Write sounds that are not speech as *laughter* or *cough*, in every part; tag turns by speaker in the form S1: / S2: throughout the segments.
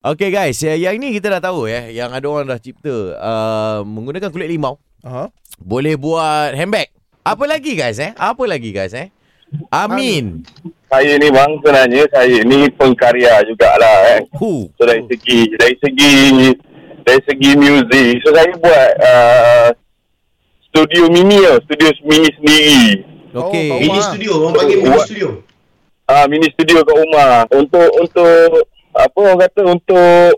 S1: Okay guys, eh, yang ni kita dah tahu eh yang ada orang dah cipta uh, menggunakan kulit limau
S2: Aha.
S1: boleh buat handbag. Apa lagi guys eh? Apa lagi guys eh? Amin.
S3: Saya ni bang sebenarnya saya ni pengkarya jugalah kan.
S1: Hu.
S3: So dari segi dari segi dari segi muzik. So saya buat uh, studio mini lah, studio mini sendiri.
S1: Okay.
S2: Oh,
S4: Mini
S2: Rumah.
S4: studio Orang panggil mini
S3: Buat-
S4: studio
S3: Ah uh, mini studio kat rumah untuk untuk apa orang kata untuk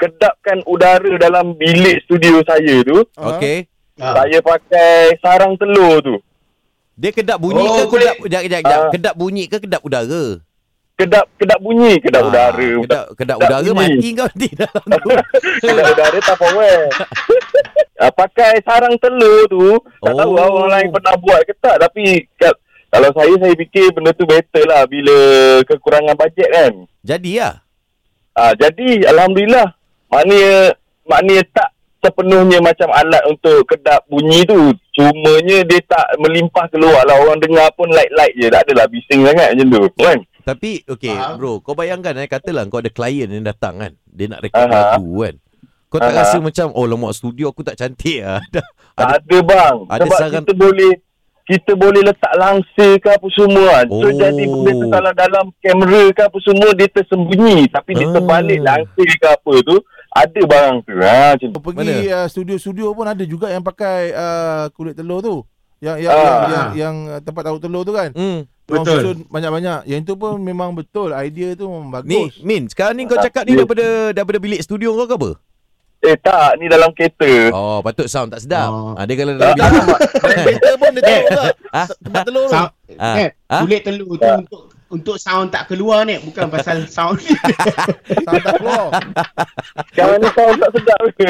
S3: kedapkan udara dalam bilik studio saya tu.
S2: Aha.
S1: Okay.
S4: ha.
S3: Saya pakai sarang telur tu.
S1: Dia kedap bunyi
S4: Oh,
S1: ke
S4: kulit.
S1: kedap kejap kejap kejap.
S3: Ah.
S1: Kedap bunyi ke kedap udara?
S3: Kedap kedap bunyi, kedap
S1: Ah,
S3: udara.
S1: Kedap kedap
S3: kedap
S1: udara
S3: bunyi.
S1: mati kau nanti
S3: *laughs*
S1: dalam tu.
S3: Kena udara tak power. uh, pakai sarang telur tu,
S1: Oh.
S3: tak oh. tahu lah orang lain pernah buat ke tak. Tapi kat, kalau saya, saya fikir benda tu better lah bila kekurangan bajet kan.
S1: Jadi lah.
S3: Uh, jadi, Alhamdulillah. Maknanya, maknanya tak sepenuhnya macam alat untuk kedap bunyi tu. Cumanya dia tak melimpah keluar lah. Orang dengar pun light-light je. Tak adalah bising sangat macam tu. Kan?
S1: Tapi okay
S4: Faham.
S1: bro, kau bayangkan eh katalah kau ada klien yang datang kan. Dia nak rekod
S3: Aha.
S1: lagu kan. Kau tak
S3: Aha.
S1: rasa macam oh lemak studio aku tak cantik ah. *laughs* Dah
S3: Ada, ada bang.
S1: ada
S3: Ada Sebab
S1: sarang-
S3: sarang... kita boleh kita boleh letak langsir ke apa semua. Kan. So
S1: Oh.
S3: jadi benda tu kalau dalam kamera ke apa semua dia tersembunyi tapi dia
S1: Ah.
S3: terbalik langsir ke apa tu ada barang tu. Ha macam tu.
S2: Kau pergi uh, studio-studio pun ada juga yang pakai uh, kulit telur tu. Yang yang,
S3: Ah.
S2: yang, yang, yang uh, tempat tahu telur tu kan.
S1: Hmm.
S2: Orang
S4: Betul.
S2: susun banyak-banyak. Yang itu pun memang betul. Idea tu memang bagus. *laughs*
S1: Ni Min, sekarang ni kau cakap ni
S3: Ya.
S1: daripada daripada bilik studio kau ke apa?
S3: Eh tak ni dalam kereta.
S1: Oh, patut sound tak sedap.
S4: Oh.
S2: Ah.
S1: Ha, dia kalau dalam bilik. *laughs*
S2: Kereta pun dia tahu juga.
S1: Ha?
S2: Tempat telur tu.
S4: Sound,
S1: Ah.
S4: eh,
S1: Ah.
S4: kulit telur tu untuk untuk sound tak keluar ni bukan pasal sound ni.
S2: Sound tak keluar.
S1: Oh,
S3: Sekarang ni kau tak sedap *laughs* ke?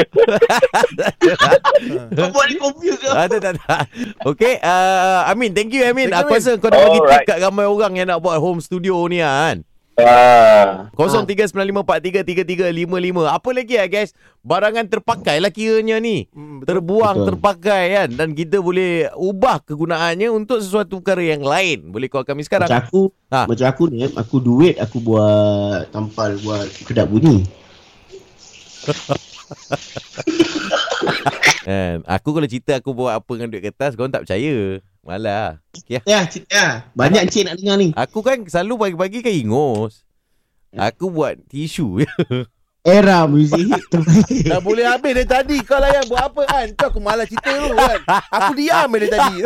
S4: Kau buat ni confuse ke?
S1: Ah, tak, tak, tak. Okay, uh, Amin. Thank you, Amin.
S2: Thank you,
S1: Aku
S2: Amin.
S1: rasa kau dah bagi tip
S3: Alright.
S1: kat ramai orang yang nak buat home studio ni ah, kan.
S3: Ha.
S2: Ah.
S1: 0395433355. Apa lagi ya guys? Barangan terpakai lah kiranya ni.
S2: Hmm, betul.
S1: Terbuang,
S4: Betul.
S1: terpakai kan. Dan kita boleh ubah kegunaannya untuk sesuatu perkara yang lain. Boleh call kami sekarang.
S4: Macam aku,
S1: Ha.
S4: ha. macam aku ni, aku duit aku buat tampal buat kedap bunyi.
S1: Kan? Aku kalau cerita aku buat apa dengan duit kertas, korang tak percaya. Malah.
S4: Ya, cik, ya. Banyak encik nak dengar ni.
S1: Aku kan selalu pagi-pagi kan ingus. Aku buat tisu je.
S4: Era muzik hit terbaik.
S2: Dah boleh habis dari tadi. Kau layan buat apa kan? Kau aku malas cerita tu kan. Aku diam dari tadi.